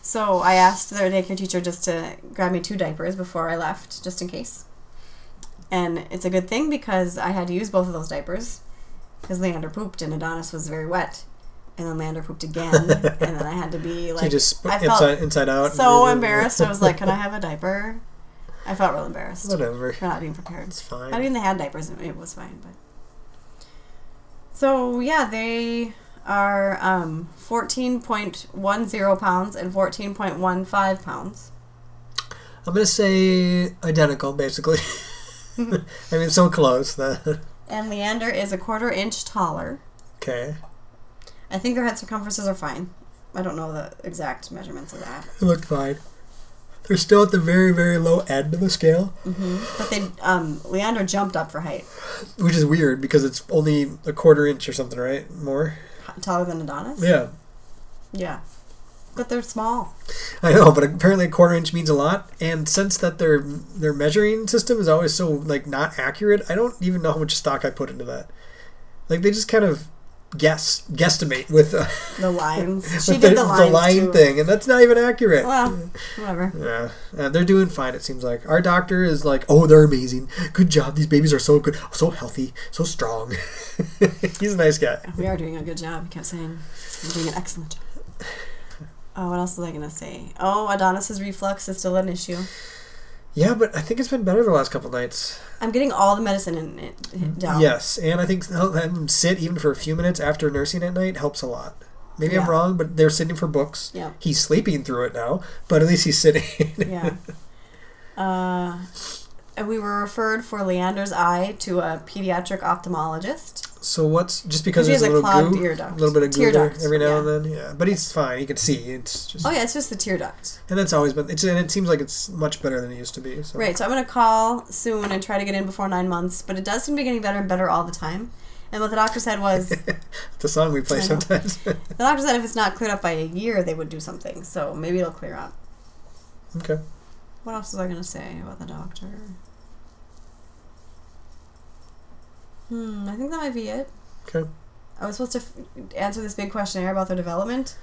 So I asked their daycare teacher just to grab me two diapers before I left, just in case. And it's a good thing because I had to use both of those diapers because Leander pooped and Adonis was very wet. And then Leander pooped again, and then I had to be
So you
like,
just sp-
I felt
inside inside out.
so embarrassed. I was like, "Can I have a diaper?" I felt real embarrassed
Whatever.
for not being prepared.
It's
I
fine.
mean, they had diapers; and it was fine. But so yeah, they are um, fourteen point one zero pounds and fourteen point one five pounds.
I'm gonna say identical, basically. I mean, so close. That
And Leander is a quarter inch taller.
okay.
I think their head circumferences are fine. I don't know the exact measurements of that,
It looked fine. They're still at the very, very low end of the scale,
but they um, Leander jumped up for height,
which is weird because it's only a quarter inch or something, right? More.
taller than Adonis.
Yeah,
Yeah, but they're small.
I know, but apparently a quarter inch means a lot. And since that their their measuring system is always so like not accurate, I don't even know how much stock I put into that. Like they just kind of guess guesstimate with, uh,
The lines. She
with
did the, lines
line
too.
thing, Mm. and that's not even accurate.
Well, whatever.
Yeah, uh, they're doing fine. It seems like our doctor is like, "Oh, they're amazing. Good job. These babies are so good, so healthy, so strong." He's a nice guy.
We are doing a good job. He kept saying, "We're doing an excellent job." Oh, what else was I gonna say? Oh, Adonis's reflux is still an issue.
Yeah, but I think it's been better the last couple nights.
I'm getting all the medicine in
Mm.
it down.
Yes, and I think letting them sit even for a few minutes after nursing at night helps a lot. Maybe I'm
Yeah.
wrong, but they're sitting for books.
Yeah.
He's sleeping through it now, but at least he's sitting.
Yeah. Uh, and we were referred for Leander's eye to a pediatric ophthalmologist.
So what's just because
he
there's
has
a
a
little
clogged
goo,
ear
a
duct.
little bit of
Tear
goo there
duct,
every now
yeah.
and then, yeah. But he's fine. You can see. It's just,
Oh yeah, it's just the tear duct.
and that's always been. It's and it seems like it's much better than it used to be. So.
Right, so I'm gonna call soon and try to get in before nine months, but it does seem to be getting better and better all the time. And what the doctor said was the
The song we play
I know.
sometimes.
doctor said if it's not cleared up by a year, they would do something. So maybe it'll clear up.
okay.
What else was I gonna say about the doctor? Hmm, I think that might be it.
Okay.
I was supposed to f- answer this big questionnaire about their development,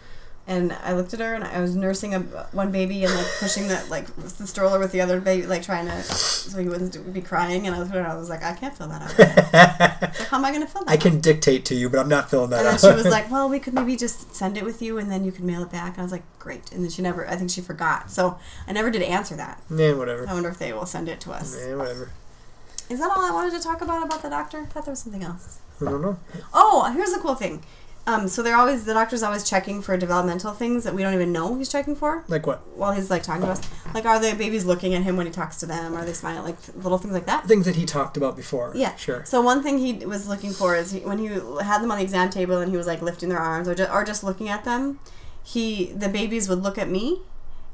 and I looked at her and I was nursing a, one baby and like pushing the like the stroller with the other baby, like trying to so he wouldn't do- be crying. And I looked at her and I was like, I can't fill that out. Like, How am I gonna fill that?
I can dictate to you, but I'm not filling that
And then
out.
she was like, "Well, we could maybe just send it with you, and then you could mail it back." And I was like, "Great!" And then she never. I think she forgot, so I never did answer that.
"Nah, whatever.
I wonder if they will send it to us.
Nah, whatever.
Is that all I wanted to talk about about the doctor? I thought there was something else.
I don't know."
Oh, here's a cool thing. Um, so they're always the doctor's always checking for developmental things that we don't even know he's checking for
Like what?
while he's like talking to us. Like, are the babies looking at him when he talks to them? Are they smiling? Like th- little things like that.
Things that he talked about before.
Yeah.
Sure.
So one thing he was looking for is he, when he had them on the exam table and he was like lifting their arms or just, or just looking at them, he the babies would look at me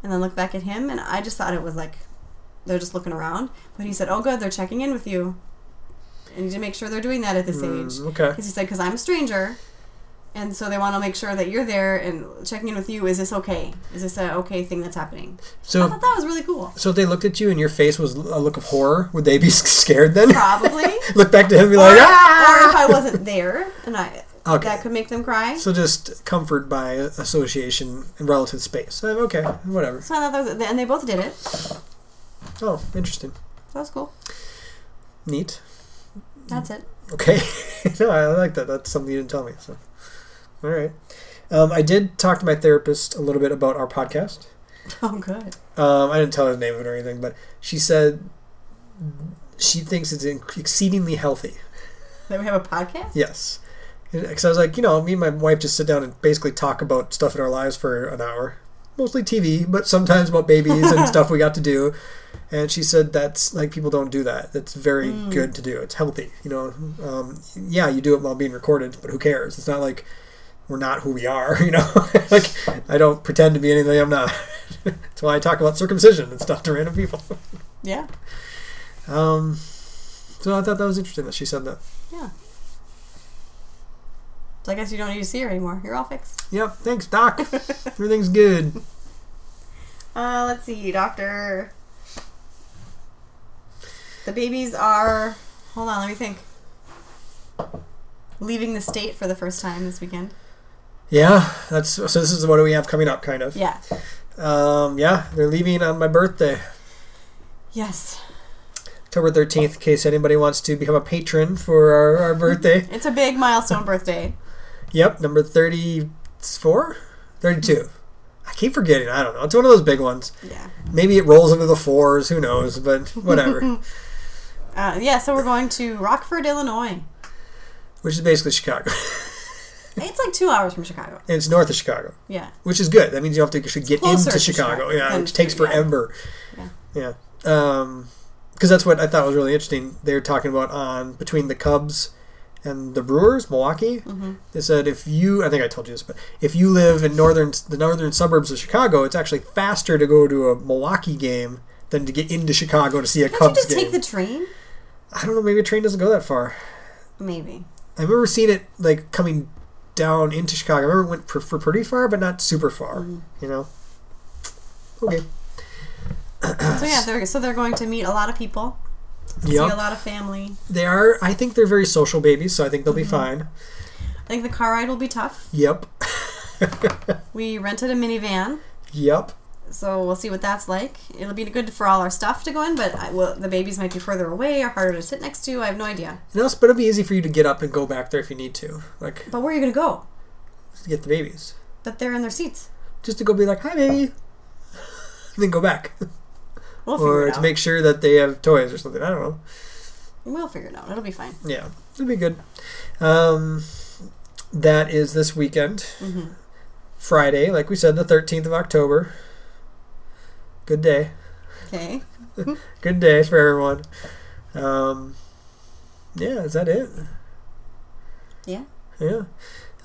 and then look back at him and I just thought it was like they're just looking around. But he said, "Oh, good, they're checking in with you." I need to make sure they're doing that at this
Mm,
age.
okay.
Because he said, because I'm a stranger. And so they want to make sure that you're there and checking in with you. Is this okay? Is this a okay thing that's happening? I
So,
thought that was really cool.
so if they looked at you and your face was a look of horror, would they be scared then?
Probably.
look back to him and be
or,
like, ah!
or if I wasn't there and I
Okay.
that could make them cry. So,
So just comfort by association and relative space. Uh, Okay, whatever.
I thought that was, and they both did it. So
Oh, interesting.
that was cool.
Neat.
That's it.
Okay. no, I like that. That's something you didn't tell me. So, all right. Um, I did talk to my therapist a little bit about our podcast.
Oh, good.
Um, I didn't tell her the name of it or anything, but she said she thinks it's inc- exceedingly healthy.
Then we have a podcast.
Yes. Because I was like, you know, me and my wife just sit down and basically talk about stuff in our lives for an hour. Mostly TV, but sometimes about babies and stuff we got to do. And she said that's like people don't do that. That's very good to do. It's healthy. You know, um, yeah, you do it while being recorded, but who cares? It's not like we're not who we are, you know? like, I don't pretend to be anything I'm not. that's why I talk about circumcision and stuff to random people.
Yeah.
Um, so I thought that was interesting that she said that.
Yeah. So I guess you don't need to see her anymore. You're all fixed.
Yep, thanks, Doc. Everything's good.
Uh, let's see, doctor. The babies are. Hold on, let me think. Leaving the state for the first time this weekend.
Yeah, that's so. This is what we have coming up, kind of.
Yeah.
Um, yeah, they're leaving on my birthday,
Yes.
October thirteenth. In case anybody wants to become a patron for our, our birthday.
It's a big milestone birthday.
yep, number 34? 32. I keep forgetting. I don't know. It's one of those big ones.
Yeah.
Maybe it rolls into the fours. Who knows? But whatever.
Uh, yeah, so we're going to Rockford, Illinois.
Which is basically Chicago.
It's like two hours from Chicago.
and it's north of Chicago.
Yeah.
which is good. That means you don't have to actually get
Closer
into
to
Chicago.
Chicago
Yeah,
than
which takes
to- yeah.
forever.
Yeah.
Yeah. Um, because that's what I thought was really interesting. They were talking about on between the Cubs and the Brewers, Milwaukee.
Mm-hmm.
They said if you, I think I told you this, but if you live in northern the northern suburbs of Chicago, it's actually faster to go to a Milwaukee game than to get into Chicago to see a
Can't you
Cubs
just
game.
take the train?
I don't know. Maybe a train doesn't go that far.
Maybe.
I remember seeing it like coming down into Chicago. I remember it went for, for pretty far, but not super far.
Mm-hmm.
You know. Okay.
So yeah, they're, so they're going to meet a lot of people, see a
Yep.
lot of family.
They are. I think they're very social babies, so I think they'll
Mm-hmm.
be fine.
I think the car ride will be tough.
Yep.
We rented a minivan,
Yep.
so we'll see what that's like. It'll be good for all our stuff to go in, but I, well, the babies might be further away or harder to sit next to. I have no idea.
And also, but it'll be easy for you to get up and go back there if you need to, like
But where are you going to go?
to get the babies,
But they're in their seats.
just to go be like, "Hi, baby," and then go back,
We'll figure
or
it
to
out.
make sure that they have toys or something. I don't know.
we'll figure it out. It'll be fine.
Yeah, it'll be good. Um, that is this weekend,
Mm-hmm.
Friday, like we said, the thirteenth of October. Good day,
Okay.
good day for everyone. Um, yeah, is that it?
Yeah.
Yeah.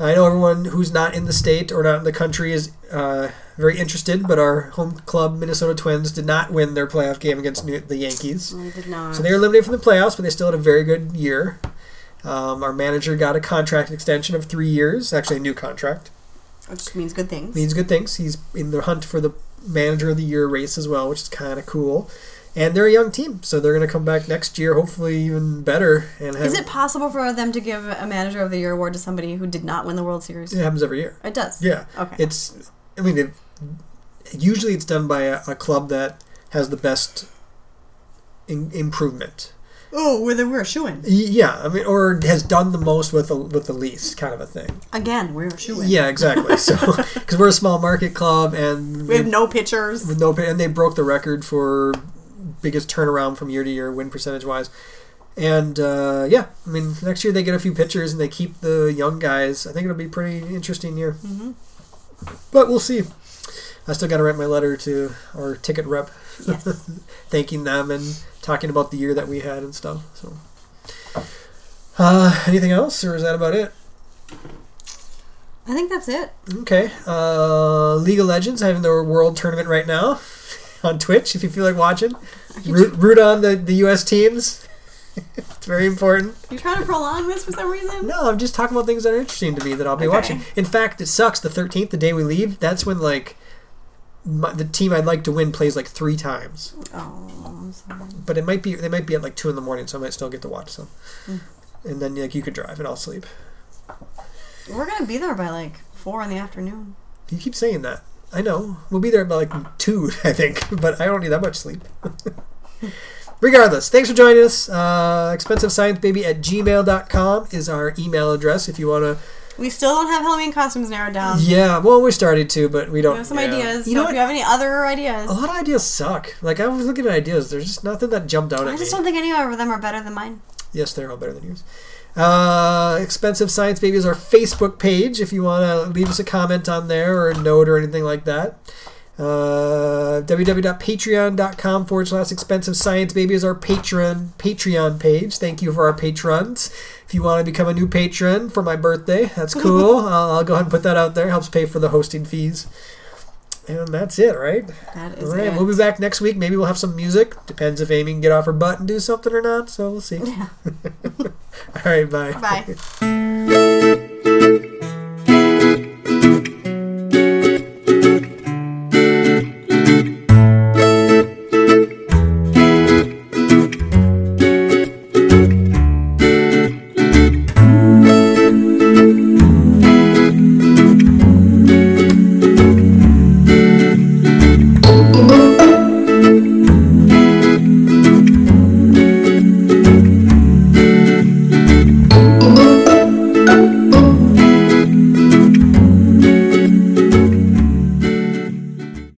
I know everyone who's not in the state or not in the country is uh, very interested, but our home club, Minnesota Twins, did not win their playoff game against New- the Yankees.
I did not.
So they were eliminated from the playoffs, but they still had a very good year. Um, our manager got a contract extension of three years, actually, a new contract.
which means good things.
Means good things. He's in the hunt for the manager of the year race as well, which is kind of cool. And they're a young team, so they're going to come back next year, hopefully even better. And have,
Is it possible for them to give a Manager of the Year award to somebody who did not win the World Series?
it happens every year.
It does.
Yeah.
Okay.
It's, I mean, it, usually it's done by a, a club that has the best in, improvement.
oh, we're the we're shooing
Y- Yeah, I mean, or has done the most with the, with the least kind of a thing.
again. We're shooing.
Yeah, exactly. So, because we're a small market club and
We have no pitchers.
with no pay, and they broke the record for biggest turnaround from year to year win percentage wise. And uh, yeah, I mean, next year they get a few pitchers and they keep the young guys. I think it'll be a pretty interesting year.
Mhm.
But we'll see. I still got to write my letter to our ticket rep,
Yes.
thanking them and talking about the year that we had and stuff. So, uh, anything else, or is that about it?
I think that's it.
Okay. Uh, League of Legends having their world tournament right now on Twitch. If you feel like watching,
you-
root, root on the, the U.S. teams. it's very important.
You're trying to prolong this for some reason.
No, I'm just talking about things that are interesting to me that I'll be
Okay.
watching. In fact, it sucks. The 13th, the day we leave, that's when like my, the team I'd like to win plays like three times.
Oh, I'm sorry.
But it might be they might be at like two in the morning, so I might still get to watch some. And then like you could drive and I'll sleep.
We're gonna be there by like four in the afternoon.
You keep saying that. I know. We'll be there by like two, I think, but I don't need that much sleep. Regardless, thanks for joining us. Uh, ExpensiveScienceBaby at gmail.com is our email address if you want to.
We still don't have Halloween costumes narrowed down.
yeah, well, we started to, but we don't.
We have some
yeah.
ideas.
You
so
know
if
what? Oh,
you have any other ideas,
A lot of ideas suck. Like, I was looking at ideas. There's just nothing that jumped out
I
at
just
me.
don't think any of them are better than mine.
Yes, they're all better than yours. Uh, Expensive Science Baby is our Facebook page if you want to leave us a comment on there or a note or anything like that. Uh, www.patreon.com forward slash expensive science baby is our patron patreon page thank you for our patrons if you want to become a new patron for my birthday that's cool I'll, I'll go ahead and put that out there helps pay for the hosting fees and that's it right
That
all
is
right
it.
we'll be back next week maybe we'll have some music depends if amy can get off her butt and do something or not so we'll see
Yeah.
all right, bye.
Bye.